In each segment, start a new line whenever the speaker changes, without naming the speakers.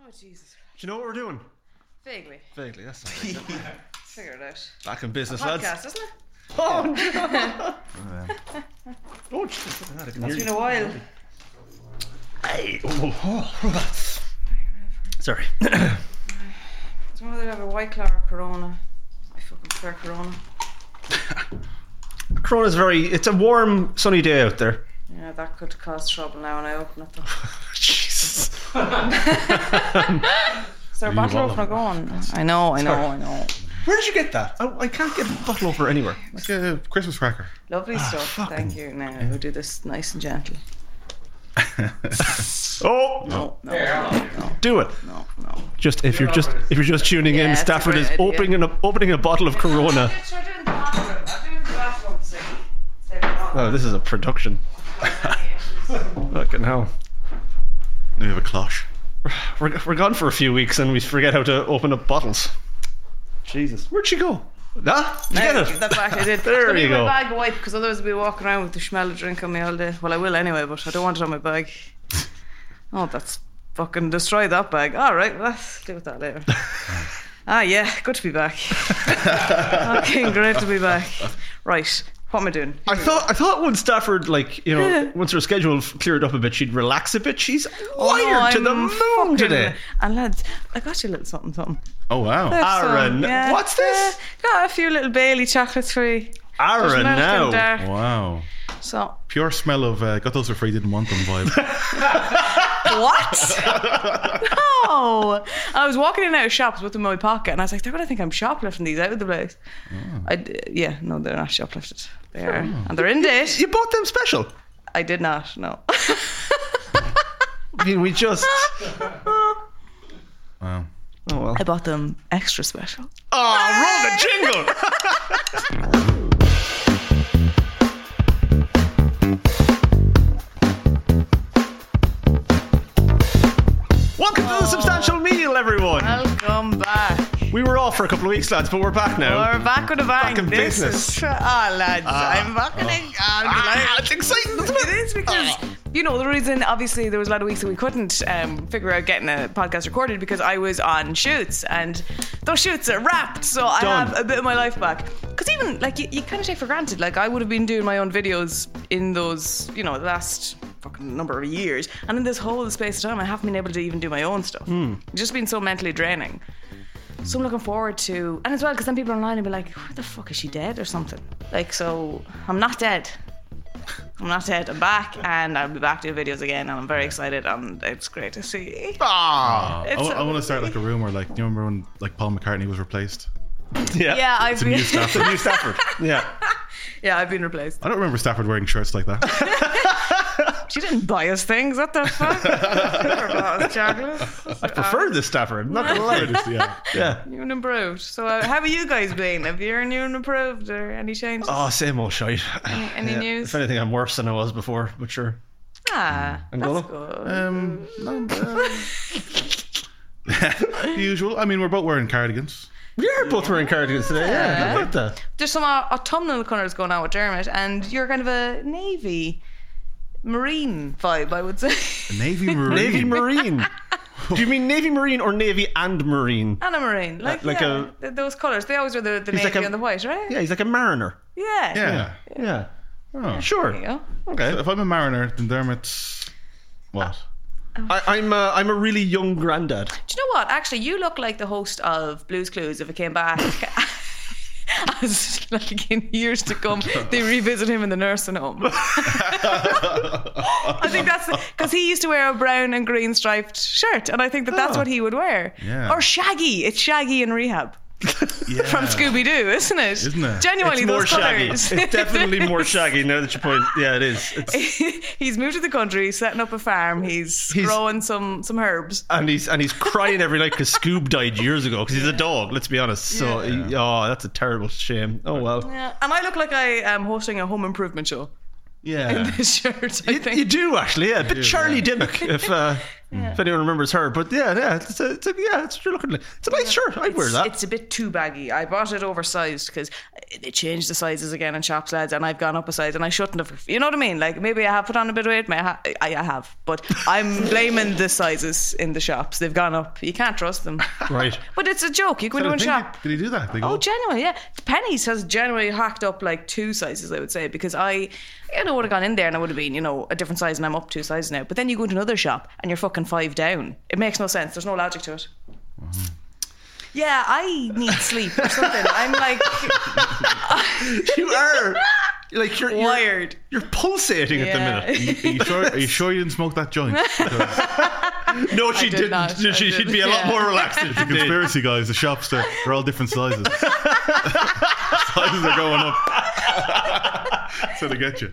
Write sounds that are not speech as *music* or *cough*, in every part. Oh Jesus.
Do you know what we're doing?
Vaguely.
Vaguely, that's *laughs* not it.
Figure it out.
back in business, lads.
Podcast, isn't it?
Oh, no.
Yeah.
oh, Jesus, look at that, I
*laughs*
can
It's
hear
been
you.
a while.
Hey, oh, oh, oh. *coughs* Sorry.
It's whether to have a white claw or corona. I fucking prefer corona.
Corona's very. It's a warm, sunny day out there.
Yeah, that could cause trouble now when I open it *laughs* though.
*laughs* Jesus.
Is there a
You
bottle
all
opener
of-
going? I know, I know, I know.
Where did you get that? I, I can't get a bottle opener anywhere.
Like a Christmas cracker.
Lovely stuff.
Ah, fucking-
Thank you. Now we'll do this nice and gentle.
*laughs* Oh,
No, no, no,
do it.
no, no.
Just if you're just if you're just tuning
Yeah,
in,
that's a
Stafford
great
is
idea.
opening a, opening a bottle of Corona.
I'm doing the bathroom. I'm doing the bathroom sink. Step on.
Oh, this is a production. *laughs* Fucking hell.
We have a cloche.
*sighs* We're, we're gone for a few weeks and we forget how to open up bottles. Jesus, where'd she go? Ah, did you
Now,
get it.
That's back. I did.
*laughs* There
I
you
need
go.
My bag wipe because otherwise I'll be walking around with the smell of drink on me all day. Well, I will anyway, but I don't want it on my
*laughs*
bag. Oh, that's fucking destroy that bag. All right, well, let's deal with that
*laughs*
later. ah, yeah, good to be back. Fucking great to be back. Right, what am I doing?
*laughs* I thought I thought when Stafford like
*laughs*
you know once her schedule f- cleared up a bit she'd relax a bit. She's wired to the
Oh, I'm fucking-
moon today.
And lads, I got you a little something, something.
Oh wow.
Aaron,
So, yeah,
what's this?
uh, got a few little Bailey chocolates for you. There's
Aaron
milk in
now.
there.
Wow.
So
Pure smell of uh, got those for free, didn't want them vibe.
What?
*laughs*
no. I was walking in and out of shops with them in my pocket, and I was like, they're going to think I'm shoplifting these out of the place.
Oh.
I d yeah, no, they're not shoplifted. They are. And they're in date.
You bought them special.
I did not, no. *laughs*
I mean, we just.
Wow.
Oh well.
I bought them extra special. Ah.
Oh, roll
*laughs*
the jingle. Welcome to the substantial meal, everyone.
Uh. Welcome back.
We were off for a couple of weeks, lads, but we're back now.
We're back with a bang.
Back in
this
business.
is. Ah, lads, I'm fucking.
Ah, it's exciting, isn't
*laughs* It is because you know the reason. Obviously, there was a lot of weeks that we couldn't um, figure out getting a podcast recorded because I was on shoots, and those shoots are wrapped. So I
Done.
have a bit of my life back. Because even like you, you kind of take for granted. Like I would have been doing my own videos in those, you know, the last fucking number of years, and in this whole space of time, I haven't been able to even do my own stuff. It's just been so mentally draining. So I'm looking forward to, and as well, because then people online will be like, "Where the fuck is she dead or something?" Like, so I'm not dead. I'm not dead. I'm back, and I'll be back doing videos again, and I'm very excited, and it's great to see. you.
Ah,
Uh, I,
It's so
want to start like a rumor. Like, do you remember when like Paul McCartney was replaced?
yeah.
Yeah, I've
It's a new
been,
Stafford.
New Stafford. Yeah.
*laughs* yeah, I've been replaced.
I don't remember Stafford wearing shirts like that.
She didn't buy us things. What the fuck? Never bought us chocolates.
I prefer this Stafford. I'm not gonna
*laughs*
Or
lie.
just, yeah.
Yeah.
New and improved. So, uh, how have you guys been? Have you new and improved or any changes?
Oh, same old shite.
any
Yeah.
news?
If anything, I'm worse than I was before, but sure.
ah,
Angola?
that's good.
Um, no, *laughs* uh, usual. I mean, we're both wearing cardigans.
We are both wearing cardigans today. Yeah, how about that?
There's some au- autumnal colours going on with Dermot, and you're kind of a navy, marine vibe, I would say.
Navy Marine.
Navy Marine. Do you mean Navy Marine or Navy and Marine?
*laughs* And a marine, like,
like
yeah, th- those colours. They always wear the, the navy
like a-
and the white, right?
Yeah, he's like a mariner.
Yeah.
Yeah.
Yeah.
Oh.
There you
Sure.
go.
Okay.
If I'm a mariner, then Dermot's what?
I, I'm a, I'm a really young granddad.
Do you know what? Actually, you look like the host of Blues Clues if it came
*laughs*
back. *laughs* As like in years to
*laughs*
come, they revisit him in the nursing home. I think that's because he used to wear a brown and green striped shirt, and I think that that's
Oh.
what he would wear.
Yeah.
Or Shaggy. It's Shaggy in rehab
Yeah.
from Scooby Doo, isn't it?
Isn't it?
Genuinely,
It's more
those
shaggy.
colours.
It's definitely
*laughs*
more shaggy now that you point. Yeah, it is. It's,
he's moved to the country, he's setting up a farm, he's,
He's-
growing some some herbs.
and he's and he's crying every night because Scoob died years ago because he's a dog. Let's be honest. So he- oh, that's a terrible shame. Oh well.
Yeah. And I look like I am hosting a home improvement show. *laughs*
Yeah.
This shirt, I
You,
think. *laughs*
you do actually, yeah. A bit Charlie Dimmock, if uh, If anyone remembers her, but yeah, yeah, it's a, it's a, yeah, it's what you're looking like. It's a nice shirt. I'd wear that.
It's a bit too baggy. I bought it oversized because they changed the sizes again in shops, lads, and I've gone up a size, and I shouldn't have. You know what I mean? Like maybe I have put on a bit of weight. May I, ha- I I have, but I'm blaming the sizes in the shops. They've gone up. You can't trust them.
*laughs*
*laughs*
right.
But it's a joke. You go into a
Did he-
shop.
Did he do that? They go,
Oh, genuinely, yeah. Pennies has generally hacked up like two sizes, I would say, because I, you know, would have gone in there and I would have been, you know, a different size, and I'm up two sizes now. But then you go into another shop and you're fucking five down. It makes no sense. There's no logic to it.
Mm-hmm.
Yeah, I need sleep or something. I'm like
Oh, *laughs* You are like *laughs* you're you're-
wired.
You're, pulsating at
*laughs*
the minute.
Yeah.
are, you sure, are you sure you didn't smoke that joint? Because
No, she
did
did not
not.
*laughs* She,
I did-
she'd be a lot
yeah.
more relaxed if she
the
could.
conspiracy guys, the shops, they're, they're all different sizes. sizes are going up. *laughs* so they get you.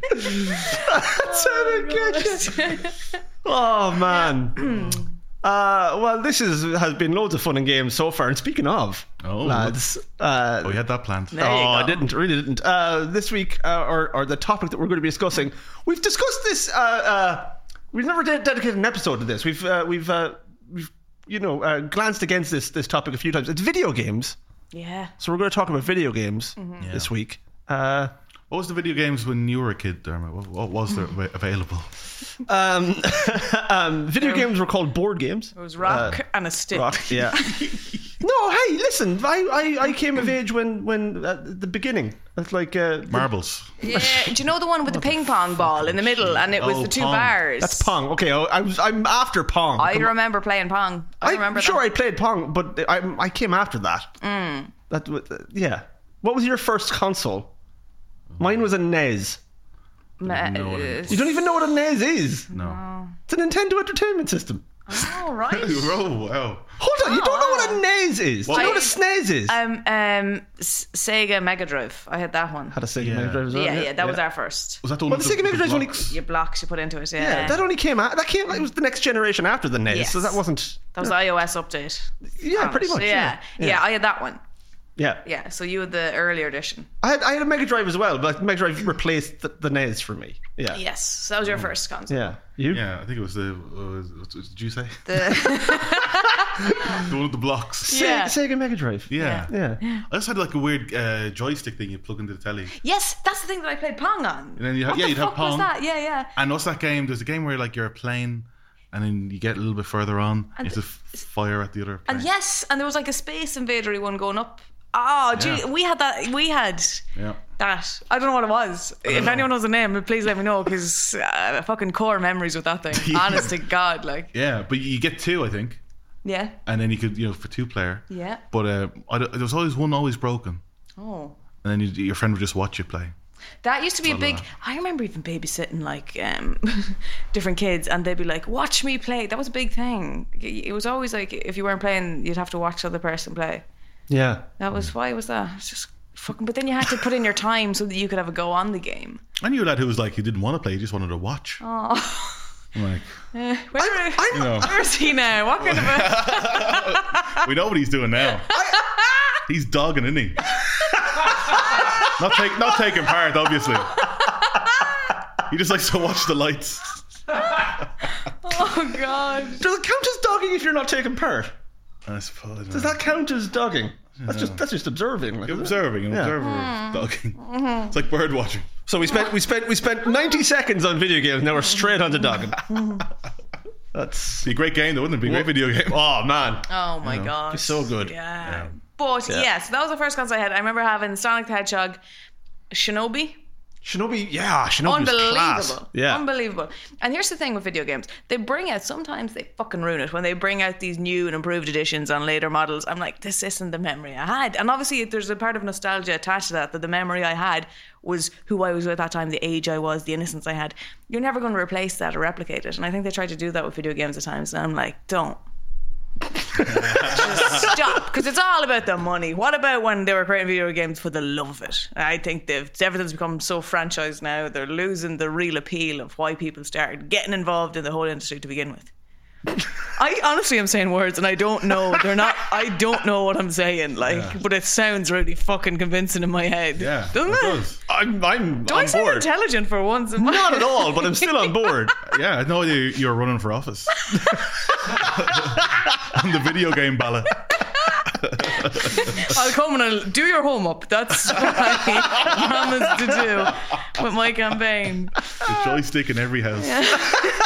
*laughs* Oh man.
*clears throat*
Uh, well, this is has been loads of fun and games so far. And speaking of
Oh.
lads, uh,
Oh, you had that planned.
There you
oh, I
go.
didn't really didn't. Uh, this week, uh, or or the topic that we're going to be discussing, we've discussed this. Uh, uh, we've never de- dedicated an episode to this. We've uh, we've uh, we've you know uh, glanced against this this topic a few times. It's video games,
Yeah.
so we're going to talk about video games
Mm-hmm.
this week. Uh,
What was the video games when you were a kid, Dermot? What, what was there wa- available?
um, *laughs* um, video games were called board games.
It was rock and a stick.
Uh, Rock, *laughs*
*laughs*
yeah. no, hey, listen, I, I, I came of age when when uh, the beginning. It's like uh, the-
Marbles.
Yeah. Do you know the one with the ping pong ball in the middle, and it was
Oh,
the two
pong.
bars?
that's Pong. Okay, oh, I, I was I'm after Pong.
I
Come on.
remember playing pong. I, remember
I'm sure
that.
I played Pong, but I I came after that.
Mm.
That was uh, yeah. What was your first console? Mine was a NES.
Ma-
know what it
You don't even know what a NES is.
No.
It's a Nintendo Entertainment System.
Oh,
*laughs*
right.
*laughs* Oh, wow.
Hold on, you don't know what
Oh.
a NES is. Do you know what a SNES is?
Um, um, S- Sega Mega Drive. I had that one.
Had a Sega
Yeah.
Mega Drive as well,
Yeah, yeah, that was our first.
Was that the one
Well,
with
the Sega Mega Drive is only.
blocks?
Your blocks you put into it. Yeah,
Yeah, that
that,
only came out. That came. It was the next generation after the NES, so
E Yes.
that wasn't.
was iOS update.
Yeah, pretty much.
Yeah. yeah, I had that one.
yeah. yeah.
Yeah, so you had the earlier edition.
I had I had a Mega Drive as well, but Mega Drive replaced the, the NES for me. Yeah.
Yes, so that was your first console.
Yeah. You?
Yeah, I think it was the. Uh, what did you say? *laughs*
The, *laughs*
The one with the blocks.
Se-
Yeah.
Sega Mega Drive.
Yeah.
Yeah.
I just had like a weird uh, joystick thing you plug into the telly.
yes, that's the thing that I played Pong on.
And then you had-
what
yeah,
the
you'd have
fuck was
Pong.
that? Yeah, yeah.
And what's that game? There's a game where like you're a plane, and then you get a little bit further on, and you have to f- fire at the other. Plane.
And yes, and there was like a Space Invadery one going up. Oh, gee,
Yeah.
we had that. We had
Yeah.
that. I don't know what it was.
Uh-huh.
If anyone knows the name, please let me know because uh, fucking core memories with that
*laughs*
thing. Honest to God, like
Yeah, but you get two, I think,
yeah,
and then you could you know for two player.
yeah.
But uh, I, don't- there was always one always broken,
Oh.
and then you, your friend would just watch you play.
That used to be a big.
that.
I remember even babysitting like um, *laughs* different kids, and they'd be like, "Watch me play." That was a big thing. It was always like if you weren't playing, you'd have to watch the other person play.
Yeah.
That was
Mm.
why was that? It's just fucking. But then you had to put in your time so that you could have a go on the game.
I knew a lad who was like he didn't want to play; he just wanted to watch.
*laughs* Oh,
I'm like,
*laughs* Eh, where, where,
I'm,
know.
where's he now? What kind of a,
*laughs* we know what he's doing now. he's dogging, isn't he? not take, not taking part, obviously. He just likes to watch the lights.
Oh God!
does it count as dogging if you're not taking part?
I suppose.
Does that count as dogging? That's just that's just observing. like, isn't it?
observing, an observer of
Mm-hmm.
dogging. It's like bird watching.
So we spent we spent we spent 90 seconds on video games. Now we're straight onto dogging. that's
Be a great game, though, wouldn't it? Be a great video game.
Oh man.
Oh my God!
so good.
Yeah. But yes, that was the first console I had. I remember having Sonic the Hedgehog, Shinobi.
Shinobi. Yeah. Shinobi. was class.
unbelievable.
Yeah.
Unbelievable. And here's the thing with video games. They bring out sometimes they fucking ruin it when they bring out these new and improved editions on later models. I'm like, this isn't the memory I had. And obviously there's a part of nostalgia attached to that that the memory I had was who I was at that time, the age I was, the innocence I had. You're never going to replace that or replicate it. And I think they try to do that with video games at times and I'm like, don't. Just stop because it's all about the money. What about when they were creating video games for the love of it? I think they've everything's become so franchised now. They're losing the real appeal of why people started getting involved in the whole industry to begin with. I honestly am saying words and I don't know. They're not. I don't know what I'm saying. Like, but it sounds really fucking convincing in my head.
Yeah,
doesn't
it
it?
does.
I'm, I'm
Do
on
I sound
board.
intelligent for once? Am I-
Not
*laughs*
at all, but I'm still on
*laughs*
board.
Yeah, I had no idea you were running for office. On the video game ballot.
I'll come and I'll do your home up. That's what *laughs* I promise to do with my campaign.
The joystick in every house.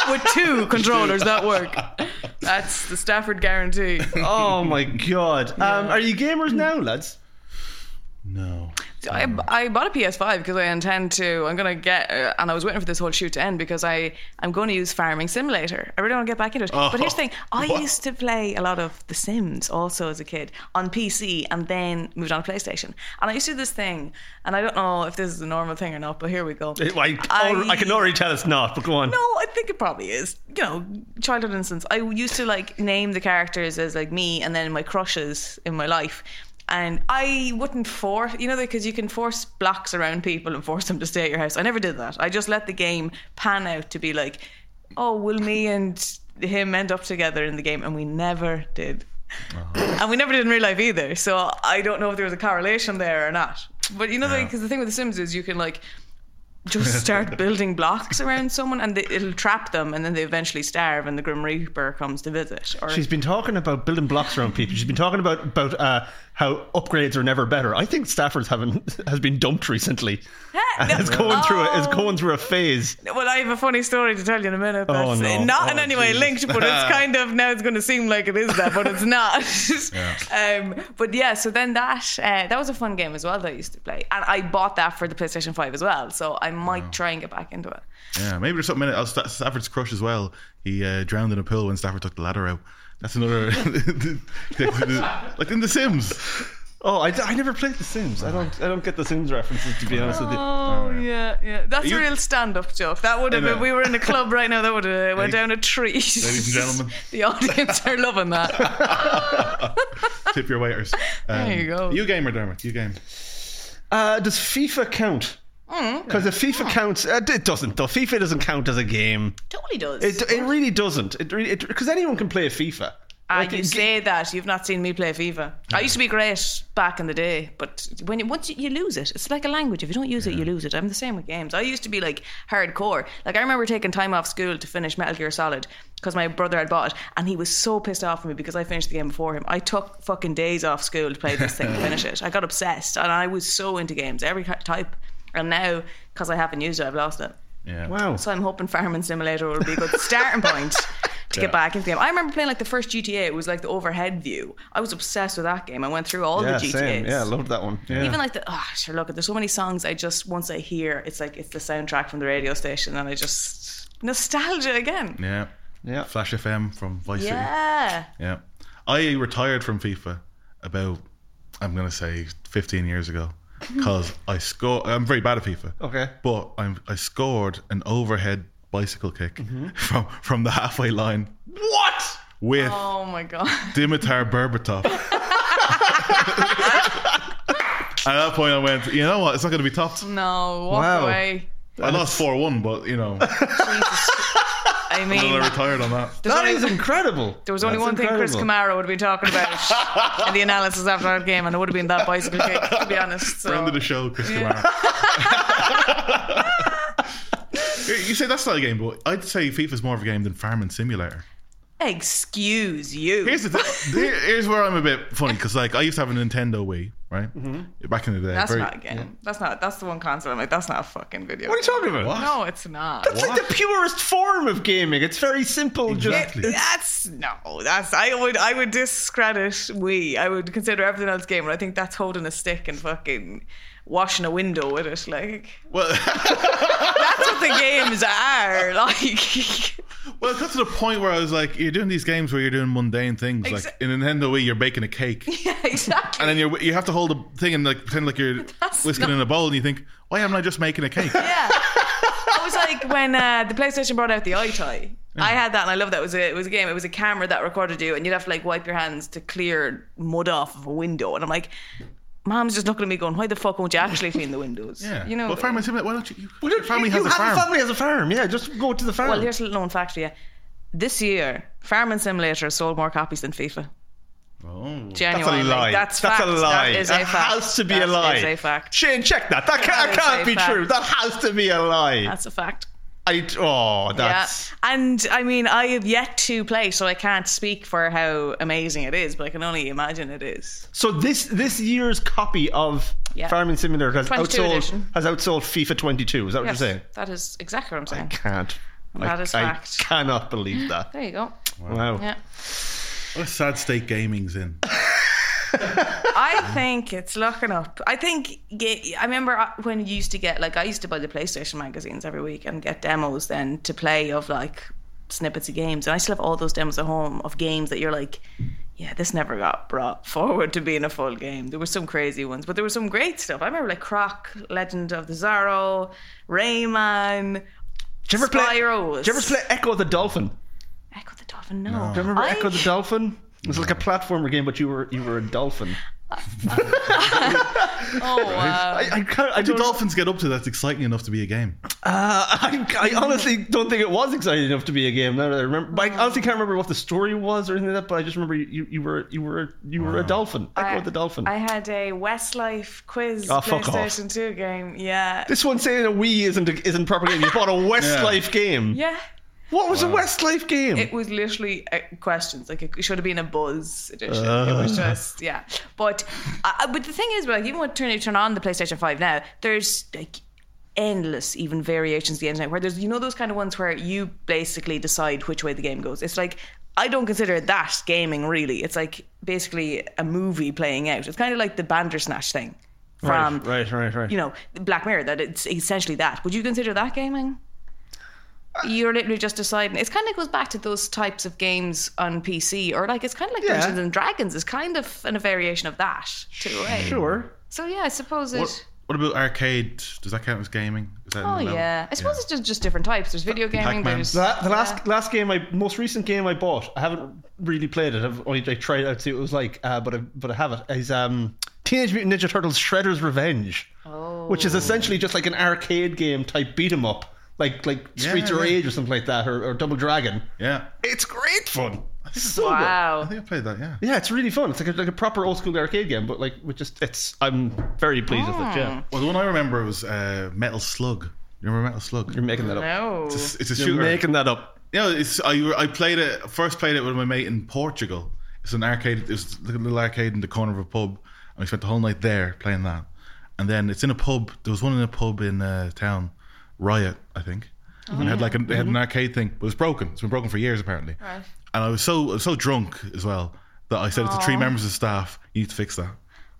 With
*laughs*
two controllers that work. That's the Stafford guarantee.
Oh my god. Um, are you gamers now, lads?
No.
I, I bought a PS5 because I intend to. I'm gonna get, uh, and I was waiting for this whole shoot to end because I I'm going to use Farming Simulator. I really want to get back into it. but here's the thing:
Oh,
I
what?
used to play a lot of The Sims also as a kid on PC, and then moved on to PlayStation. And I used to do this thing, and I don't know if this is a normal thing or not, but here we go.
I, I, I can already tell it's not, but go on.
No, I think it probably is. You know, childhood innocence. I used to like name the characters as like me and then my crushes in my life. And I wouldn't force, you know, because you can force blocks around people and force them to stay at your house. I never did that. I just let the game pan out to be like, oh, will me and him end up together in the game? And we never did. And we never did in real life either. So I don't know if there was a correlation there or not. But you know, because the thing with The Sims is you can like
*laughs*
just start building blocks around someone and they, it'll trap them and then they eventually starve and the grim reaper comes to visit or *laughs*
She's been talking about building blocks around people. She's been talking about about uh, how upgrades are never better. I think Stafford's having *laughs* has been dumped recently. And is going through a, is
Oh.
going through a phase.
well i have a funny story to tell you in a minute that's
Oh, no.
not
Oh,
in any way
Jesus.
linked but
*laughs*
it's kind of now it's going to seem like it is that but it's not *laughs* um, but yeah so then that uh, that was a fun game as well that i used to play and i bought that for the playstation 5 as well so i might try and get back into it
Yeah, maybe there's something in it. Oh, Sta- Stafford's crush as well. He uh, drowned in a pool when Stafford took the ladder out. That's another. *laughs* like in The Sims.
Oh, I, I never played The Sims. I don't I don't get The Sims references to be honest with you.
Oh yeah, yeah. That's
you-
a real stand-up joke. That would have.
Yeah.
If we were in a club right now, that would have went
Ladies-
down a tree.
Ladies and gentlemen.
*laughs* the audience are loving that.
Tip your waiters. Um,
you go.
You gamer, Dermot. You game.
Uh, does FIFA count?
Mm.
Because if FIFA counts, uh, it doesn't though. FIFA doesn't count as a game.
totally does.
It, it really doesn't. It really because anyone can play FIFA.
Ah,
Like,
you
it-
say that you've not seen me play FIFA. I used to be great back in the day, but when you, once you, you lose it, it's like a language. If you don't use it, you lose it. I'm the same with games. I used to be like hardcore. Like I remember taking time off school to finish Metal Gear Solid because my brother had bought it, and he was so pissed off at me because I finished the game before him. I took fucking days off school to play this thing and finish it. I got obsessed, and I was so into games, every ki- type. And now, because I haven't used it, I've lost it.
Yeah.
wow.
So I'm hoping Farming Simulator will be a good starting point
*laughs*
to
Yeah.
get back into the game. I remember playing like the first GTA. It was like the overhead view. I was obsessed with that game. I went through all
yeah,
the GTAs.
same. Yeah, loved that one. Yeah.
Even like the oh sure look there's so many songs I just once I hear it's like it's the soundtrack from the radio station and I just nostalgia again.
Yeah.
yeah.
Flash FM from Vice City.
Yeah.
Yeah. I retired from FIFA about, I'm going to say, 15 years ago
*laughs*
because I scored. I'm very bad at FIFA.
Okay.
But I'm, I scored an overhead bicycle kick *laughs* from, from the halfway line
What?
with
Oh my god. *laughs*
Dimitar Berbatov. At that point, I went, you know what? It's not going to be tough.
Mm. No, walk
Wow.
away.
I lost 4 1, but,
*laughs*
you know,
I
I
mean
retired on that.
there's
That
only-
is incredible.
There was only
That's
one thing Chris
incredible.
Camaro would have been talking
*laughs*
about in the analysis after that game, and it would have been that bicycle kick, to be honest. So.
Friend of the show, Chris
*laughs*
Kamara. you say that's not a game, but I'd say FIFA's more of a game than Farming Simulator.
Excuse you.
Here's
*laughs*
the thi- here- here's where I'm a bit funny because like I used to have a Nintendo Wii, right? Back in the day,
Mm-hmm. that's
very-
not a game. That's not. That's the one console. I'm like, that's not a fucking video.
What are you talking about?
What?
No, it's not.
It's like the purest form of gaming. It's very simple.
Exactly.
Just
That's no. That's I would I would discredit we. I would consider everything else game, and I think that's holding a stick and fucking washing a window with it. Like
*laughs*
Well,
that's what the games are. Like *laughs*
well, it got to the point where I was like, you're doing these games where you're doing mundane things. like
Exa-
in Nintendo Wii, you're baking a cake,
yeah, exactly.
and then you you have to hold a thing and like pretend like you're
*laughs* That's
whisking
not-
in a bowl, and you think, why am I just making a cake?
*laughs* Yeah. I was like when uh, the PlayStation brought out the iToy.
Mm.
I had that and I loved that. It was a it was a game. It was a camera that recorded you, and you'd have to like wipe your hands to clear mud off of a window. And I'm like, Mom's just looking at me going, "Why the fuck won't you actually clean the
*laughs*
windows?"
Yeah,
You know.
But Farming Simulator, why don't you?
Well,
your family
you
has a
have
farm.
family has a farm. Yeah, just go to the farm.
well, here's a little known fact for you. This year, Farming Simulator sold more copies than FIFA.
Oh.
That's
Genuinely,
a lie.
That's,
That's
fact.
a lie.
That is
that
a fact.
has to be
That
a lie.
is a fact.
Shane, check that. That, ca-
That is
that can't
a
be
fact.
true. That has to be a lie.
That's a fact.
I, oh, that's.
Yeah. And I mean, I have yet to play, so I can't speak for how amazing it is, but I can only imagine it is.
So this this year's copy of
Yeah.
Farming Simulator has
22
outsold
edition.
has outsold FIFA 22. Is that what
Yes,
you're saying?
that is exactly what I'm saying.
Can't.
That
I,
is
I
fact.
cannot believe that.
There you go.
Wow.
Yeah.
What a sad state gaming's in.
I think it's looking up. I think ge- I remember I- when you used to get like I used to buy the PlayStation magazines every week and get demos then to play of like snippets of games, and I still have all those demos at home of games that you're like, yeah, this never got brought forward to being a full game. There were some crazy ones, but there was some great stuff. I remember like Croc, Legend of the Zorro, Rayman,
Do you ever play?
Spyros.
Do you ever play Echo the Dolphin?
Echo the Dolphin. No,
Do you remember
I-
Echo the Dolphin? It was like a platformer game, but you were you were a dolphin.
Oh wow.
I, I, can't, I
Do
don't.
dolphins get up to that's exciting enough to be a game?
Uh, I, I honestly don't think it was exciting enough to be a game. Now that I remember, but I
Uh-huh.
honestly can't remember what the story was or anything like that. But I just remember you, you were you were you were a dolphin. Echo the Dolphin.
Uh-huh. I had a Westlife quiz
Oh, fuck off.
PlayStation 2 game. Yeah.
This one saying a Wii isn't a, isn't proper game. You
*laughs*
bought a Westlife game.
yeah.
What was a Westlife game?
It was literally uh, questions. Like it should have been a buzz edition. it
Ah.
was just yeah. But uh, but the thing is, like even when turn you turn on the PlayStation Five now, there's like endless even variations of the internet where there's you know those kind of ones where you basically decide which way the game goes. It's like I don't consider that gaming really. It's like basically a movie playing out. It's kind of like the Bandersnatch thing from
right, right, right, right.
um, you know, Black Mirror, that it's essentially that. Would you consider that gaming? You're literally just deciding. It kind of goes back to those types of games on PC, or like it's kind of like
Yeah.
Dungeons and Dragons is kind of an, a variation of that, to a way.
sure.
So yeah, I suppose it.
What, what about arcade? Does that count as gaming? Is that
Oh
another level?
yeah, I suppose it's just, just different types. There's video gaming.
Pac-Man.
There's
The, the last last game, I most recent game I bought. I haven't really played it. I've only like, tried it out to see what it was like. Uh, but I, but I have it. Is um, Teenage Mutant Ninja Turtles: Shredder's Revenge,
Oh.
which is essentially just like an arcade game type beat 'em up, like like Streets of
yeah.
Rage or something like that, or, or Double Dragon.
Yeah.
It's great fun. It's so good.
I
wow.
*laughs* think I played that, yeah.
Yeah, it's really fun. It's like a, like a proper old school arcade game, but like with just it's. I'm very pleased with it. Yeah,
Well, the one I remember was uh, Metal Slug. You remember Metal Slug?
you're making that up.
No.
It's, it's a
You're
shooter.
making that up.
Yeah, it's I, I played it first played it with my mate in Portugal. It's an arcade. It's like a little arcade in the corner of a pub, and we spent the whole night there playing that. And then it's in a pub. There was one in a pub in uh, town, Riot, I think.
Oh,
and it had like a, it had
Mm-hmm.
an arcade thing, but it was broken. It's been broken for years apparently.
Right.
And I was so I was so drunk as well that I said to three members of staff, "You need to fix that.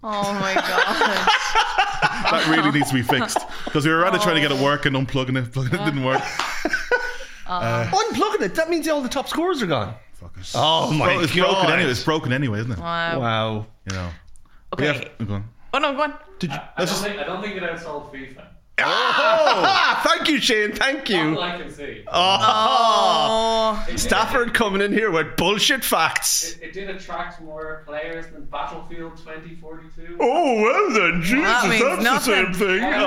Oh my god.
That really needs to
*laughs*
be fixed." Because we were rather trying to get it working, unplugging it, plugging it didn't work.
Unplugging it. That means all the top scores are gone.
Fuck it.
Oh my
it's
God.
broken anyway. It's broken anyway, isn't it?
Wow.
Wow.
You know.
Okay.
Yeah, go on.
Oh no, go on.
I don't, think, I don't think it outsold FIFA.
Ah, *laughs* thank you, Shane. Thank
All
you. Ah.
I can see.
Oh.
It-
Stafford coming in here with bullshit facts.
It, it did attract more players than Battlefield 2042.
Oh well then, Jesus,
That means nothing. No,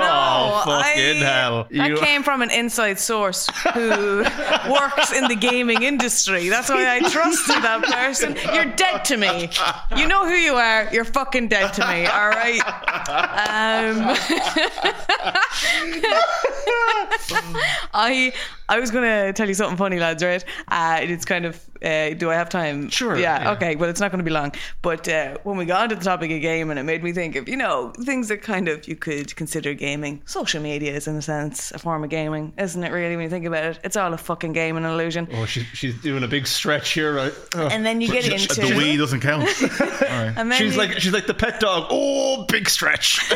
I-
oh fucking hell!
That
You-
came from an inside source who
*laughs*
works in the gaming industry. That's why I trusted that person. You're dead to me. You know who you are. You're fucking dead to me. All right. Um, *laughs* I I was gonna tell you something funny, lads. Right? Uh, it's kind of. Uh, do I have time?
Sure,
Yeah.
yeah.
Okay. Well, it's not going to be long. But uh, when we got onto the topic of gaming, it made me think of you know things that kind of you could consider gaming. Social media is, in a sense, a form of gaming, isn't it? Really, when you think about it, it's all a fucking game and an illusion.
oh, she, she's doing a big stretch here. I, oh.
And then you get
Sh-
into
The Wii
*laughs*
doesn't count. All right.
and then
she's
you-
like *laughs* she's like the pet dog. Oh, big
*laughs*
stretch.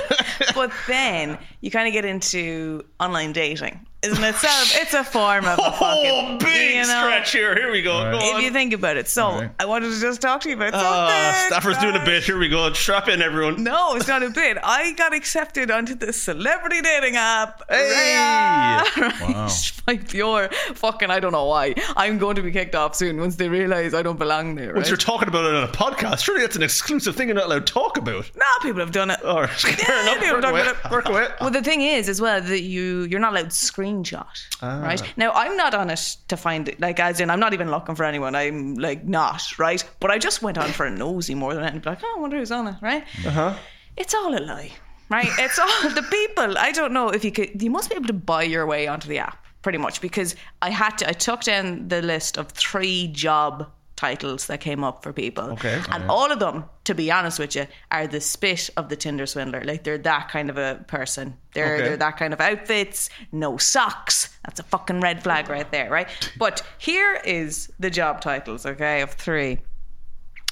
but then you kind of get into online dating, isn't it? So it's a form of a fucking,
*laughs* *laughs* oh,
you
big
know,
stretch here. Here we go.
Alright.
Go
If
on.
you think about it, so
Okay.
I wanted to just talk to you about something.
Ah, Stafford's doing a
guys.
bit. Here we go. Strap in, everyone.
No, it's not a bit. I got accepted onto this celebrity dating app.
Hey!
*laughs*
Wow.
My pure fucking, I don't know why. I'm going to be kicked off soon once they realize I don't belong there.
Once
Right?
you're talking about it on a podcast, surely that's an exclusive thing you're not allowed to talk about.
no, people have done it.
Or *laughs* fair
Yeah,
enough.
they were
Work
talking
away.
about it.
Work away.
Well, the thing is, as well, that you you're not allowed to screenshot.
Ah.
Right now, I'm not on it to find it. Like, as in, I'm not even looking for anyone. I'm like not right. But I just went on for a nosy more than anything. Like, oh, I wonder who's on it. Right?
Uh huh.
It's all a lie. Right? It's all *laughs* the people. I don't know if you could. You must be able to buy your way onto the app pretty much because I had to. I took down the list of three job titles that came up for people.
Okay.
And all of them, to be honest with you, are the spit of the Tinder swindler. Like they're that kind of a person. They're
Okay.
they're that kind of outfits, no socks. That's a fucking red flag right there,
*laughs*
right? But here is the job titles, okay, of three.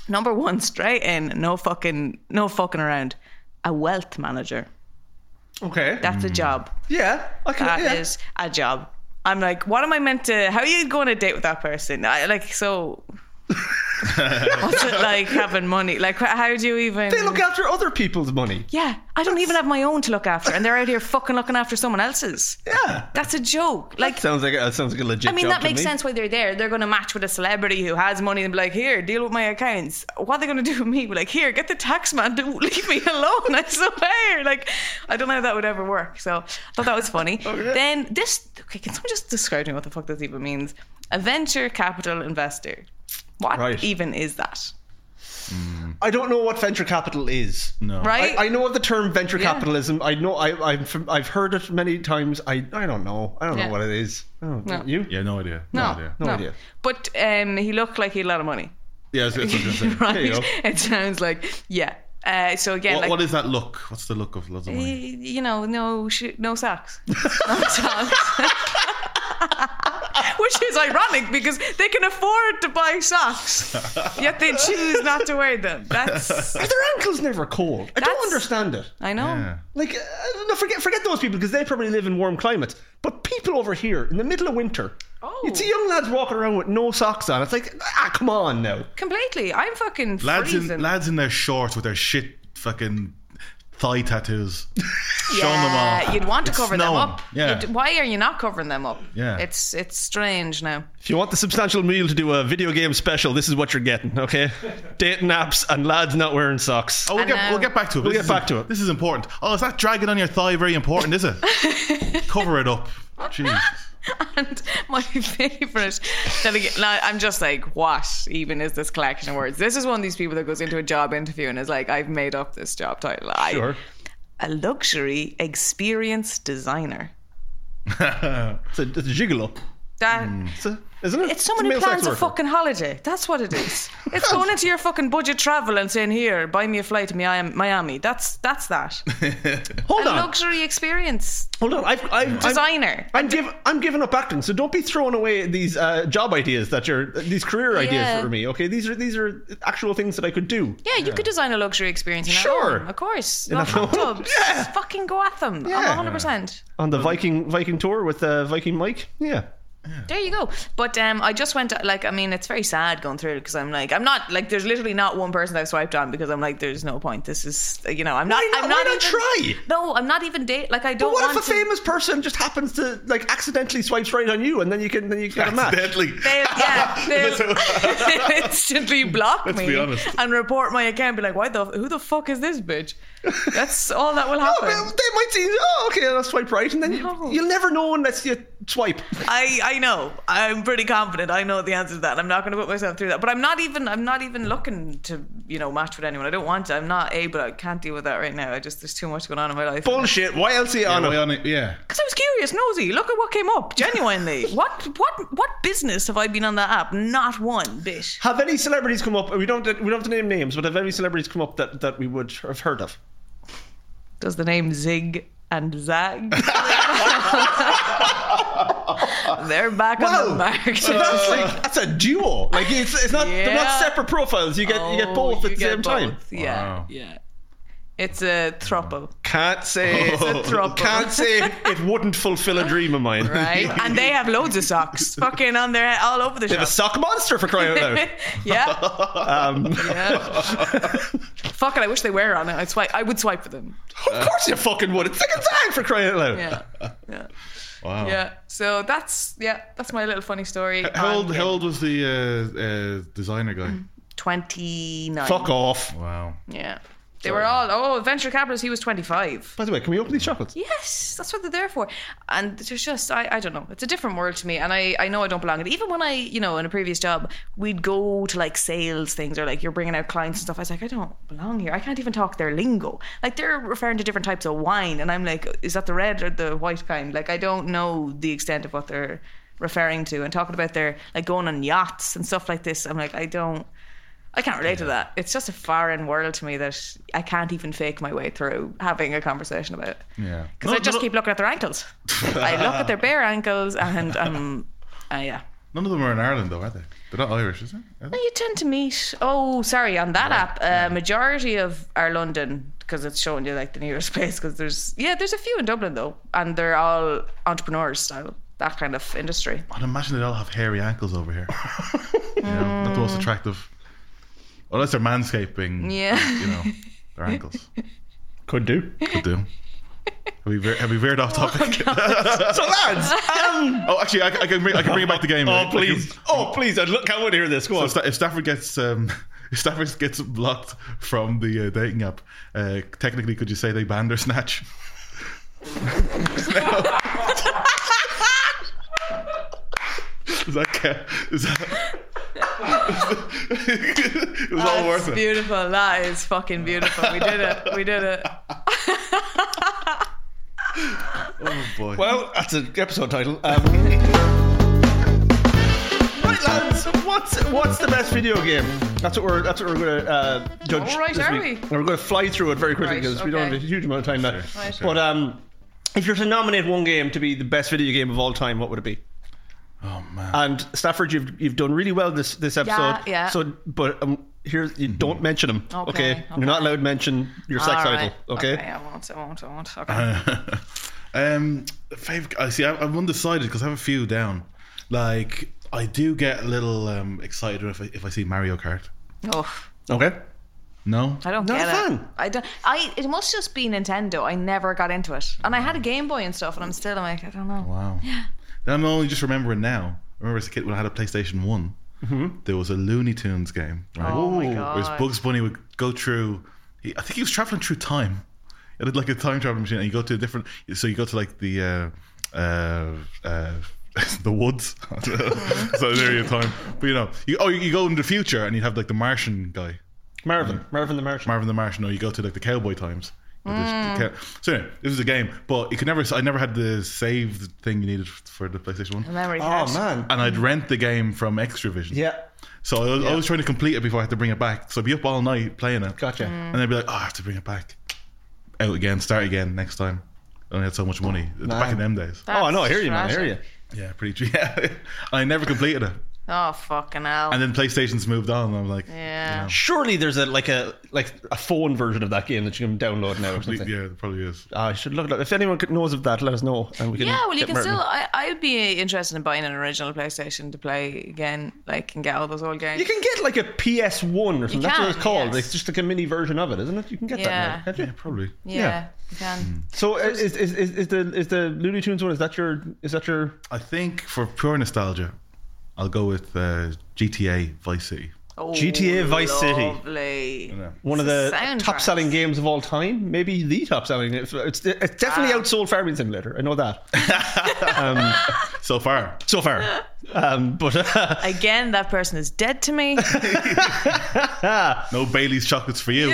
Number one, straight in, no fucking no fucking around. A wealth manager.
Okay.
That's a job.
yeah. I can.
That is
Hmm. yeah. *laughs*
a job. I'm like, what am I meant to? How are you going on a date with that person? I, like,
*laughs*
so what's it like having money? Like, wh- how do you even?
They look after other people's money.
yeah, I don't even have my own to look after, and they're out here fucking looking after someone else's.
Yeah.
That's a joke. Like,
Sounds like a, that sounds like a legit.
I mean,
job
that
to
makes
me.
sense why they're there. They're going to match with a celebrity who has money and be like, here, deal with my accounts. What are they going to do with me? Be like, here, get the tax man to *laughs* leave me alone. I swear. Like, I don't know how that would ever work. So I thought that was
*laughs*
funny. Then this, okay, can someone just describe to me what the fuck this even means? A venture capital investor. What
Right.
even is that?
I don't know what venture capital is.
No.
Right?
I, I know of the term venture capitalism. I know. I, I've from- I've heard it many times. I I don't know. I don't
Yeah.
know what it is. I don't know.
No.
You?
Yeah, no idea.
no,
idea.
no.
idea.
But um, he looked like he had a lot of money.
Yeah, that's, that's
*laughs*
what I'm saying.
Right?
you go.
It sounds like, yeah. Uh, so again,
What,
like,
what is that look? What's the look of loads of money?
Y- you know, no sh- no
*laughs*
socks, no socks. *laughs* Which is ironic because they can afford to buy socks, yet they choose not to wear them. That's
Are their ankles never cold? I
That's-
don't understand it.
I know.
Yeah.
Like, uh, no, forget forget those people because they probably live in warm climates. But people over here in the middle of winter,
Oh.
you see young lads walking around with no socks on. It's like, ah, come on now.
Completely. I'm fucking
Lads
freezing.
in lads in their shorts with their shit fucking thigh tattoos.
yeah,
Showing them off.
You'd want to
It's
cover
snowing.
them up.
Yeah.
You'd- why are you not covering them up?
Yeah.
It's it's strange now.
If you want the substantial meal to do a video game special, this is what you're getting.
*laughs*
Okay, dating apps and lads not wearing socks.
Oh, we'll
I
get,
know.
we'll get back to it.
We'll
This
get
is-
back to it.
This is important. Oh, is that dragging on your thigh very
*laughs*
important, is it? Cover it up. Jeez.
And my favorite, that again, now I'm just like, what even is this collection of words? This is one of these people that goes into a job interview and is like, I've made up this job title. I,
Sure,
a luxury experience designer.
*laughs* it's a, it's a gigolo,
That
Hmm. It's a- isn't it?
it's someone
a
who
male sex
plans a
worker.
fucking holiday. That's what it is. It's going into your fucking budget travel and saying, "Here, buy me a flight to Mi- Miami." That's that's
*laughs*
that.
Hold
A
on,
luxury experience
hold on. I've, I've, I'm,
designer.
I'm, give, I'm giving up acting, so don't be throwing away these uh, job ideas that you're these career
Yeah.
ideas for me. Okay, these are these are actual things that I could do.
yeah, you could design a luxury experience. In a
Sure.
home, of course.
a
Love hot
home?
tubs.
Yeah.
Fucking go at them.
Yeah.
I'm 100%.
on the Viking Viking tour with uh, Viking Mike. Yeah.
There you go. But um, I just went like I mean, it's very sad going through it because I'm like I'm not like there's literally not one person that I swiped on because I'm like there's no point. This is you know I'm not
Why not-
I'm
why
not
not
even,
try?
No, I'm not even date like I don't
What
want
if
to.
a famous person just happens to like accidentally swipes right on you, and then you can then you get a match?
Accidentally.
They'll,
*laughs*
*laughs*
yeah, they'll, *laughs* they'll instantly block me
be honest.
and report my account. Be like, why the who the fuck is this bitch? That's all that will
*laughs* No,
happen.
but they might see. Oh, okay, I'll swipe right, and then
No.
you, you'll never know unless you swipe.
I, I know. I'm pretty confident. I know the answer to that. I'm not going to put myself through that. But I'm not even I'm not even looking to you know match with anyone. I don't want to. I'm not able. I can't deal with that right now. I just there's too much going on in my life. Because
Bullshit. Why else are you on
Am I
it?
on it? Yeah.
I was curious, nosy. Look at what came up. Genuinely,
*laughs*
what what what business have I been on that app? Not one bit.
Have any celebrities come up? We don't. We don't have to name names, but have any celebrities come up that, that we would have heard of? *laughs*
Does the name Zig and
*laughs*
Zag? They're back on the
Wow.
market.
That's like that's a duo. Like it's it's not they're
Uh, Yeah.
not separate profiles. You get you get both
oh, you
at the
get
same time.
both. Yeah,
Wow.
yeah. It's a throuple. *laughs*
Can't say. *laughs*
It's a
throuple.
Can't say it wouldn't fulfill a dream of mine. *laughs*
right? and they have loads of socks, fucking on their head, all over the
They have
shop.
a sock monster for crying out loud.
*laughs* yeah,
Um,
yeah. Fuck it, I wish they were on it. I'd swipe. I would swipe for them.
*laughs* of course you fucking would. It's like a zag for crying out loud.
Yeah, yeah,
Wow.
yeah. So that's yeah, that's my little funny story.
How old,
on
how old was the
Mm.
uh, uh, designer guy?
Twenty nine.
Fuck off.
Wow.
Yeah. They were all, oh, venture capitalist, he was 25.
By the way, can we open these chocolates?
Yes, that's what they're there for. And there's just, I, I don't know, it's a different world to me. And I, I know I don't belong in it. Even when I, you know, in a previous job, we'd go to like sales things or like you're bringing out clients and stuff. I was like, I don't belong here. I can't even talk their lingo. Like they're referring to different types of wine. And I'm like, is that the red or the white kind? Like I don't know the extent of what they're referring to and talking about their, like going on yachts and stuff like this. I'm like, I don't. I can't relate to that. It's just a foreign world to me that I can't even fake my way through having a conversation about.
Yeah.
Because I just keep looking at their ankles. I look at their bare ankles and um, uh, yeah.
None of them are in Ireland, though, are they? They're not Irish, is it? Are they?
You tend to meet. Oh, sorry, on that app, uh, majority of our London because it's showing you like the nearest *laughs* place. Because there's yeah, there's a few in Dublin though, and they're all entrepreneurs style that kind of industry.
I'd imagine they all have hairy ankles over *laughs* here. you know, not the most attractive. Unless they're manscaping.
Yeah.
You know,
*laughs*
their ankles.
Could do.
Could do. Have we, veer, have we veered off
Oh,
topic?
So,
*laughs*
*laughs*
lads, um,
oh, actually, I, I can bring, I can bring it back to game.
oh
Like,
please, oh please, I look, I want to hear this. Go
So
on.
if, Sta- if Stafford gets um, *laughs* if Stafford gets blocked from the uh, dating app, uh, technically, could you say they banned her snatch? *laughs* Is that ca- is that? it was all
That's
worth it.
beautiful. That is fucking beautiful. We did it. We did it.
Oh boy.
Well, that's an episode title. Um, right, lads, what's what's the best video game? That's what we're that's what we're going to uh, judge.
All right,
this
are
week.
we?
And we're going to fly through it very quickly
Right,
because we don't
okay.
have a huge amount of time left.
Sure, Right.
But um, if you're to nominate one game to be the best video game of all time, what would it be?
oh man. *laughs*
And Stafford, you've you've done really well this this episode.
yeah.
So, but um, here you don't mention them. Okay.
Okay,
You're not
okay.
allowed to mention your sex
All
idol.
right.
Okay.
I won't. I won't. I won't. Okay.
um, favorite. I see. I, I'm undecided because I have a few down. Like I do get a little um, excited if I, if I see Mario Kart.
oh.
Okay.
No.
I don't
Not
get
a
it.
fan.
I don't. I. It must just be Nintendo. I never got into it, and I had a Game Boy and stuff, and I'm still I'm like I don't know.
Wow. Then I'm only just remembering now. I remember as a kid when I had a PlayStation One, there was a Looney Tunes game. Right?
Oh my
Whereas
god.
Bugs Bunny would go through. He, I think he was traveling through time. It had like a time travel machine, and you go to a different. So you go to like the uh, uh, uh, *laughs* the woods. *laughs*
*laughs*
so there you time. But you know, you oh you go into the future, and you have like the Martian guy.
Marvin. Marvin the Martian.
Marvin the Martian, or you go to like the cowboy times. You know, there's the cow- So anyway, this is a game, but you could never. I never had the save thing you needed for the PlayStation One,
A memory card.
oh man.
and I'd rent the game from Extravision.
Yeah.
So I was, I was trying to complete it before I had to bring it back. So I'd be up all night playing it,
Gotcha.
Mm,
and I'd be like, "Oh, I have to bring it back, out again, start again next time." I only had so much money back in them days.
That's
oh, I know. I hear you, man. I hear you.
tragic.
Yeah, pretty. *laughs* Yeah, I never completed it,
Oh fucking hell.
and then PlayStation's moved on. And I'm like,
yeah.
Surely there's a like a like a phone version of that game that you can download now or
yeah,
something.
it probably is.
Ah, I should look it up. If anyone could- knows of that, let us know. And we can
Yeah, well, you
get
can
Martin.
still. I, I'd be interested in buying an original PlayStation to play again, like, and get all those old games.
You can get like a PS One or something. That's what
can,
it's called.
yes.
It's just like a mini version of it, isn't it? You can get
Yeah.
that. Now, can't you?
Yeah, probably.
yeah,
yeah.
you can.
So uh, is, is, is, is the is the Looney Tunes one? Is that your is that your?
I think for pure nostalgia, I'll go with uh, GTA Vice City.
Oh,
GTA Vice City.
lovely.
One of
It's
the
a soundtrack.
top selling games of all time, maybe the top selling. It's, it's, it's definitely
Wow.
outsold Farming Simulator. I know that
*laughs*
So far,
so far. Um, but *laughs*
Again, that person is dead to me.
no Bailey's chocolates for you.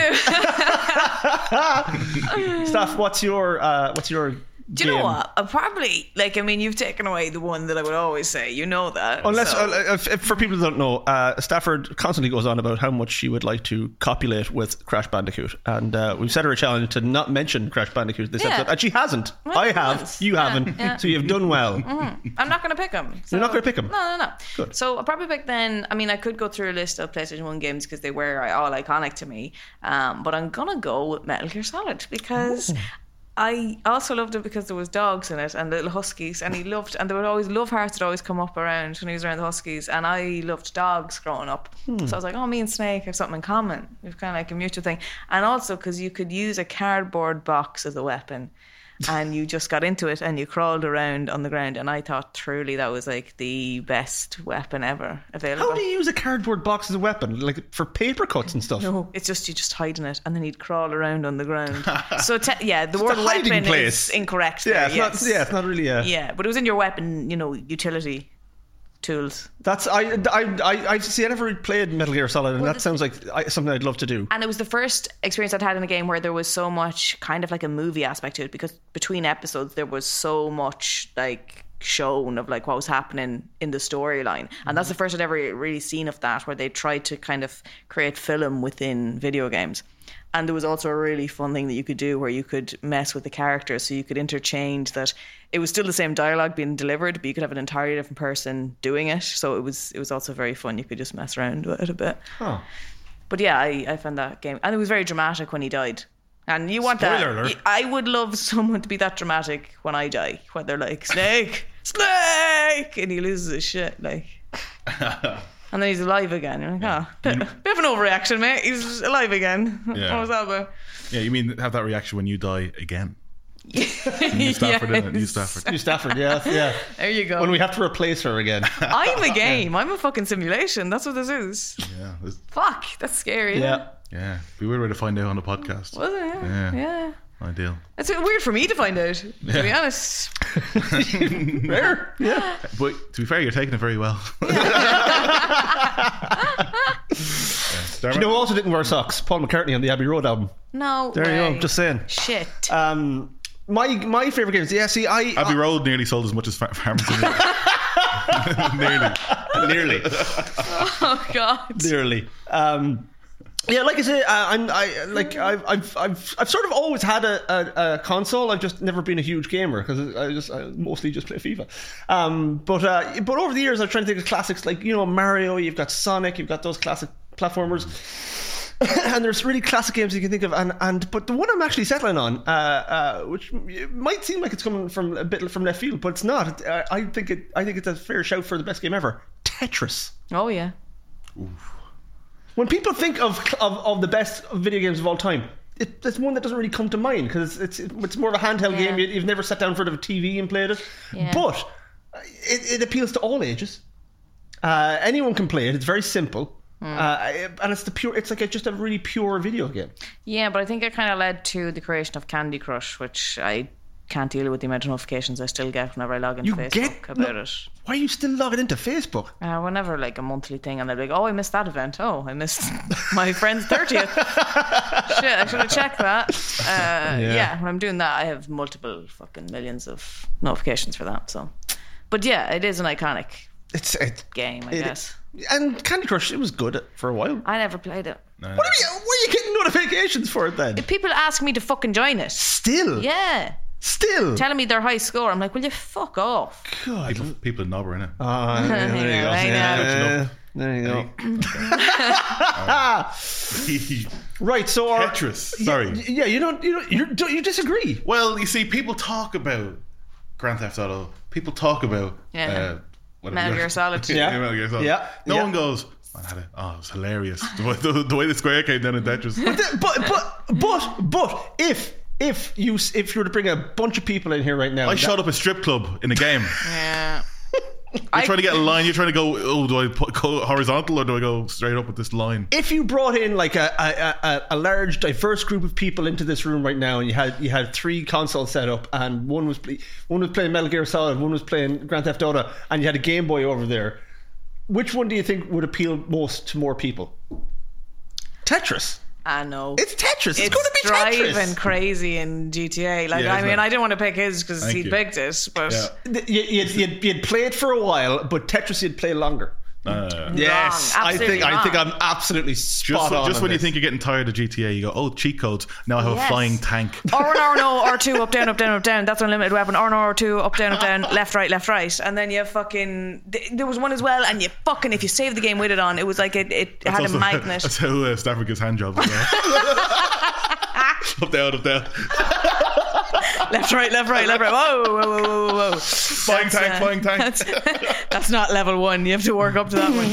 Staff, what's your uh, what's your
Do you know what? I probably like. I mean, you've taken away the one that I would always say. You know that.
Unless
so-
uh, if, if- for people who don't know, uh, Stafford constantly goes on about how much she would like to copulate with Crash Bandicoot, and uh, we've set her a challenge to not mention Crash Bandicoot this
Yeah.
episode, and she hasn't.
Well,
I have,
once.
you
Yeah,
haven't,
yeah. Mm-hmm.
so you've done well.
I'm not going to pick them.
You're not gonna pick 'em?
No, no, no.
Good.
So I'll probably pick then. I mean, I could go through a list of PlayStation 1 games because they were all iconic to me. Um, but I'm going to go with Metal Gear Solid because. I also loved it because there was dogs in it and little huskies, and he loved, and there would always love hearts that always come up around when he was around the huskies, and I loved dogs growing up.
Hmm.
So I was like, oh, me and Snake have something in common. We've kind of like a mutual thing, and also because you could use a cardboard box as a weapon, and you just got into it and you crawled around on the ground. And I thought truly that was like the best weapon ever available.
How do you use a cardboard box as a weapon, like for paper cuts and stuff?
No, it's just you just hide in it, and then you'd crawl around on the
*laughs*
ground. so te- yeah, the word
a hiding
weapon
place.
is incorrect. there,
Yeah, it's
yes.
not. Yeah, it's not really. A,
yeah, but it was in your weapon, you know, utility tools,
That's I, I I I see. I never played Metal Gear Solid, and that
the-
sounds like I, something I'd love to do.
and it was the first experience I'd had in a game where there was so much kind of like a movie aspect to it because between episodes there was so much like shown of like what was happening in the storyline, and that's the first I'd ever really seen of that where they tried to kind of create film within video games. And there was also a really fun thing that you could do where you could mess with the characters. So you could interchange that it was still the same dialogue being delivered, but you could have an entirely different person doing it. So it was it was also very fun. You could just mess around with it a bit. But yeah, I, I found that game and it was very dramatic when he died. And you want that
Spoiler alert.
I would love *laughs* someone to be that dramatic when I die, when they're like, Snake, Snake and he loses his shit, like And then he's alive again. You're like, oh, bit, bit of an overreaction, mate. He's alive again. *laughs*
Yeah.
What was that about?
Yeah, you mean have that reaction when you die again?
*laughs*
New Stafford, isn't it? New Stafford.
New Stafford, yeah, *laughs* yeah.
There you go.
When we have to replace her again,
I'm a game. I'm a fucking simulation. That's what this is.
Yeah, this-
Fuck, that's scary. isn't
*laughs* yeah.
yeah. Be weird way to find out on the podcast.
it? Was it?
Yeah.
Yeah. yeah.
Ideal.
It's a bit weird for me to find out, to be
Yeah.
honest.
Fair, yeah.
But to be fair, you're taking it very well. *laughs*
You know, who also didn't wear socks. Paul McCartney on the Abbey Road album.
No.
There you
way.
go. Just saying.
Shit.
Um, my my favorite games. Yeah, see, I
Abbey Road nearly sold as much as Far- Farmers. nearly, *laughs* nearly.
*laughs* oh, *laughs* God.
Clearly. Um, yeah, like I say, uh, I'm I like I've I've I've, I've sort of always had a, a, a console. I've just never been a huge gamer because I just I mostly just play FIFA. Um, but uh, but over the years, I'm trying to think of classics like you know Mario. You've got Sonic. You've got those classic platformers. *coughs* and there's really classic games you can think of, and, and but the one I'm actually settling on, uh, uh, which might seem like it's coming from a bit from left field, but it's not. I, I think it I think it's a fair shout for the best game ever, Tetris
Oh, yeah.
when people think of, of, of the best video games of all time, it, it's one that doesn't really come to mind because it's, it's it's more of a handheld
Yeah.
game. You, you've never sat down in front of a TV and played it,
Yeah.
but uh, it, it appeals to all ages. Uh, anyone can play it. It's very simple,
Hmm.
uh, and it's the pure. It's like a, just a really pure video game.
Yeah, but I think it kind of led to the creation of Candy Crush, which I can't deal with the amount of notifications I still get whenever I log into
You
Facebook
get
about
no-
it.
Why are you still logging into Facebook?
Uh, whenever like a monthly thing, and they're like, "Oh, I missed that event. Oh, I missed *laughs* my friend's thirtieth.
*laughs*
Shit, I should have checked that." Uh, yeah. when I'm doing that, I have multiple fucking millions of notifications for that. So, but yeah, it is an iconic
It's it,
game, I
it-
guess.
and Candy Crush. It was good for a while.
I never played it.
What are you? Why are you getting notifications for it then?
People ask me to fucking join it.
Still,
Yeah,
still.
telling me their high score. I'm like, "Will you fuck off?"
God.
People, people in Knobber, innit?
*laughs*
Ah, yeah, there you go.
I know.
Yeah, there you go. *laughs*
*laughs*
Right, so our,
Tetris. Sorry.
yeah, you don't, you don't, you don't, you disagree.
Uh, Well, you see, people talk about Grand Theft Auto. People talk about
Yeah.
uh, whatever-
Metal Gear Solid.
*laughs* yeah.
Yeah.
Metal Gear Solid.
Yeah.
No
Yeah.
one goes. Man, I had it. Oh, it was hilarious. *laughs* The way the, the way the square came down in Tetris.
But, but, but, but, if, if you, s- if you were to bring a bunch of people in here right now,
I
that-
shot up a strip club in a game.
Yeah.
You're trying
*laughs*
to get a line. You're trying to go. Oh, do I put, go horizontal or do I go straight up with this line?
If you brought in like a, a, a, a large, diverse group of people into this room right now, and you had you had three consoles set up, and one was ple- one was playing Metal Gear Solid, one was playing Grand Theft Auto, and you had a Game Boy over there, which one do you think would appeal most to more people? Tetris.
I know.
It's Tetris. It's, going to be
driving
Tetris.
crazy in GTA. Like,
Yeah,
I
isn't
mean,
it?
I didn't want to pick his because
Thank
he
you.
picked it, but *laughs*
Yeah.
Th- you- You'd, you'd, you'd play it for a while, but Tetris you'd play longer.
No, no, no, no.
Yes,
I
absolutely
think I think
wrong.
I'm absolutely spot
Uh, Just,
on.
just
on
when you
this.
think you're getting tired of GTA, you go, "Oh, cheat codes." Now I have a
Yes.
flying tank.
R1, R1, R2, up, down, up, down, up, down. That's unlimited weapon. R1, R2, up, down, up,
*laughs*
down, left, right, left, right. And then you fucking. th- There was one as well, and you fucking, if you saved the game with it on, it was like it, it had a
also- *laughs*
magnet. *laughs*
That's how uh, Stafford gets hand jobs. as well. up down, up down.
left, right, left, right, left, right. Whoa, whoa, whoa, whoa, whoa, whoa.
Flying tank,
uh,
flying tank.
That's, that's *laughs* not level one. You have to work up to that
*laughs*
one.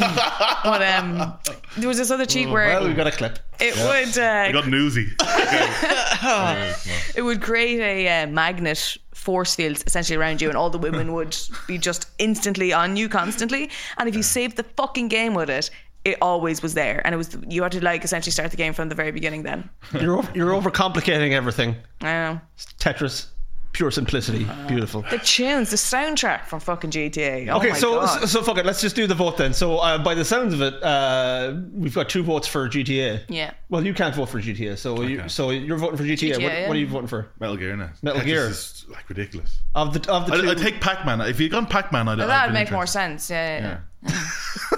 But um, there was this other cheat where
Mm, Well, we've got
*laughs*
a clip.
it would uh,
I
*laughs*
got newsy. Okay. Okay, well.
it would create a uh, magnet force field essentially around you, and all the
*laughs*
women would be just instantly on you constantly. And if you saved the fucking game with it, it always was there, and it was you had to like essentially start the game from the very beginning. Then
You're over, you're overcomplicating everything.
I don't know
Tetris, pure simplicity, beautiful.
Uh, the tunes, the soundtrack from fucking GTA. Oh
Okay,
my
so
God.
so fuck it. Let's just do the vote then. So uh, by the sounds of it, uh, we've got two votes for GTA.
yeah,
Well, you can't vote for GTA, so you
Okay.
so you're voting for GTA.
GTA,
what,
yeah.
what are you voting for?
Metal Gear now.
Metal
Tetris
Gear.
is like ridiculous.
Of the of the
I,
two,
I take Pac-Man. If you'd gone Pac-Man, I'd.
that would make more sense. Yeah, yeah, yeah.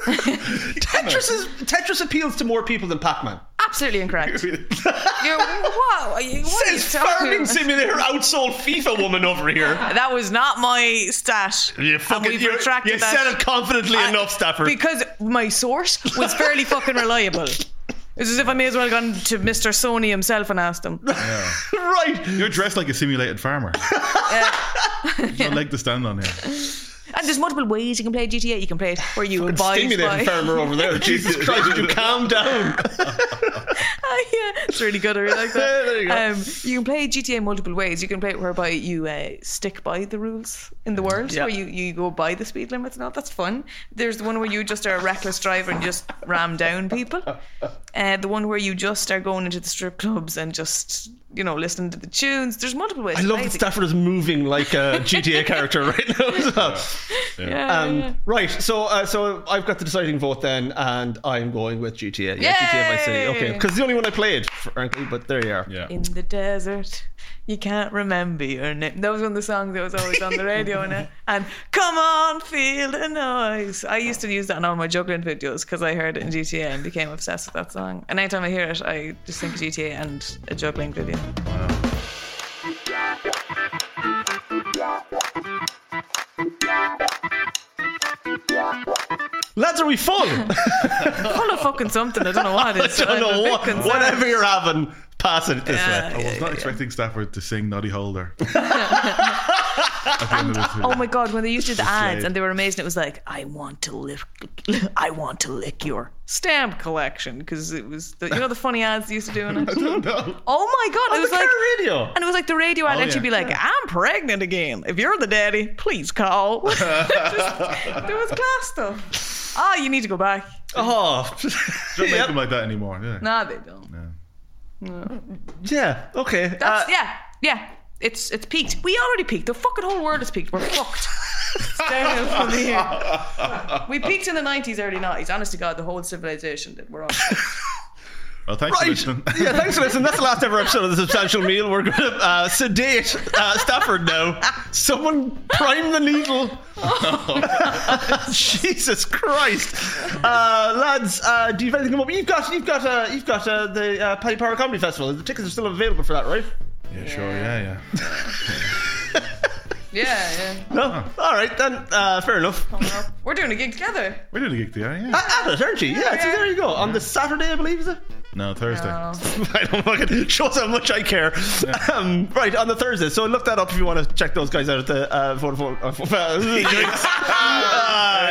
Tetris is, Tetris appeals to more people than Pac-Man.
absolutely
*laughs*
incorrect. *laughs*
*laughs* sense.
You're what? Are you, what are you
Says
talking
farming
about?
simulator outsold FIFA woman over
*laughs*
here.
That was not my stat.
You
and
fucking
we've
you,
retracted
you
that.
said it confidently
I-
enough, Stafford.
Because my source was fairly fucking reliable. It's as if I may as well have gone to Mr. Sony himself and asked him.
right.
You're dressed like a
*laughs*
simulated farmer. There's no leg to stand on here.
And there's multiple ways you can play GTA. You can play it where you abide by.
Stimulating farmer over
*laughs*
there. Jesus Christ, would you calm down?
Oh, *laughs* yeah, it's really good. I really like that.
*laughs* There you go.
Um, you can play GTA multiple ways. You can play it whereby you uh, stick by the rules in the world,
Yeah.
where you, you go by the speed limits and all. That's fun. There's the one where you just are a reckless driver and just ram down
*laughs*
people. Uh, the one where you just are going into the strip clubs and just you know listening to the tunes. There's multiple ways.
I
to
love
play
that
the-
Stafford is moving like a GTA character right now. as well.
Yeah, yeah.
Um, right, so uh, so I've got the deciding vote then, and I'm going with GTA. Yeah, GTA Vice City.
Yay!
Okay, because the only one I played, frankly. But there you are.
Yeah.
In the desert, you can't remember your name. That was one of the songs that was always on the radio
*laughs*
now. And come on, feel the noise. I used to use that in all my juggling videos because I heard it in GTA and became obsessed with that song. And anytime I hear it, I just think GTA and a juggling video.
Lads, are
*laughs*
we full?
Pull a fucking something. I don't know
*laughs*
what it is.
I don't
I'm
know
a bit
what,
concerned.
whatever you're having, pass it this
Yeah.
way.
I was not expecting Stafford to sing
*laughs*
Noddy Holder. At the end of this video.
Oh my god, when they used to do the ads
laid.
and they were amazing, it was like, I want to lick, I want to lick your stamp collection because it was, the, you know, the funny ads they used to do.
*laughs*
In it?
*laughs* don't know.
Oh my god, it
On the
was
car
like
radio.
And it was like the radio ad,
Oh,
and
yeah.
she'd be like, "I'm pregnant again. If you're the daddy, please call." *laughs* Just- there was class stuff. Oh, you need to go back.
Oh,
*laughs* Don't
*laughs*
make
Yep.
them like that anymore. Yeah.
No, they don't.
Yeah.
yeah. Okay.
That's
uh,
yeah, yeah. It's it's peaked. We already peaked. The fucking whole world is peaked. We're *laughs* fucked. It's downhill from here. We peaked in the '90s, early '90s. Honest to God, the whole civilization that we're on. *laughs*
Well, Oh, thanks for
Right.
*laughs* listening.
Yeah, thanks for listening. That's the last ever episode of The Substantial Meal. We're going to uh, sedate uh, Stafford now. Someone prime the *laughs* needle. Jesus Christ. Uh, lads, uh, do you have anything come up? You've got, you've got, uh, you've got uh, the uh, Paddy Power Comedy Festival. The tickets are still available for that, right?
Yeah, sure. Yeah, yeah.
Yeah, yeah.
No? All right, then. Uh, fair enough.
Well, we're doing a gig together.
We're doing a gig together, yeah.
At it, aren't you? Yeah, so there you go. On the Saturday, I believe, is it?
No, Thursday.
Oh.
*laughs* I don't fucking shows how much I care. Um, right on the Thursday, so look that up if you want to check those guys out at the uh, Vodafone. Uh,
*laughs*
*laughs* uh,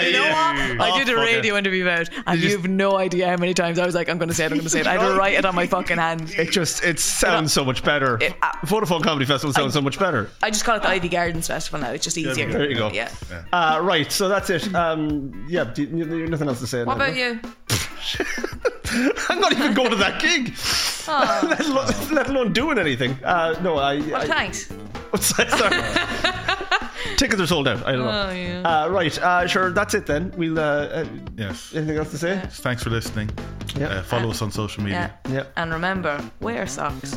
You know
yeah.
what? I
Oh,
did a
fuck it.
radio interview out, and you have no idea how many times I was like, "I'm going to say it. I'm going to say it." I had to write it on my fucking hand.
It just it sounds so much better.
It- uh,
Vodafone Comedy Festival sounds so much better.
I just call it the Ivy Gardens Festival now. It's just easier.
there
you go.
Yeah.
Uh, right, so that's it. Um, yeah, do you, you, nothing else to say.
What about you?
*laughs* I'm not even going to that gig,
Oh,
*laughs* let, alone, let alone doing anything. Uh, no, I. *laughs* I-
thanks. *laughs*
Sorry. Tickets are sold out. I don't know.
Oh, yeah.
Uh, right, uh, sure. That's it then. We'll. Uh, uh,
Yes.
anything else to say?
Thanks for listening.
Yeah.
Uh, follow us on social
Yeah.
media.
Yeah.
And remember, wear
*laughs*
socks.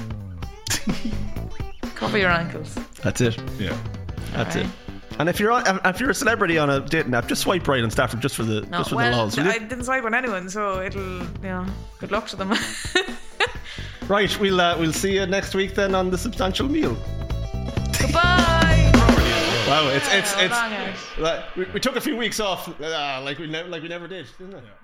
Cover your ankles.
That's it.
Yeah.
That's
Alright.
it. And if you're on, if you're a celebrity on a dating app, just swipe right on Stafford just for the
No,
just for
Oh, well,
the laws. will you?
I didn't swipe on anyone, so it'll, you know, good luck to them. *laughs*
Right, we'll uh, we'll see you next week then on the substantial meal.
Goodbye.
Wow, it's it's it's
Bangers.
like, we, we took a few weeks off, uh, like we ne- like we never did, didn't we?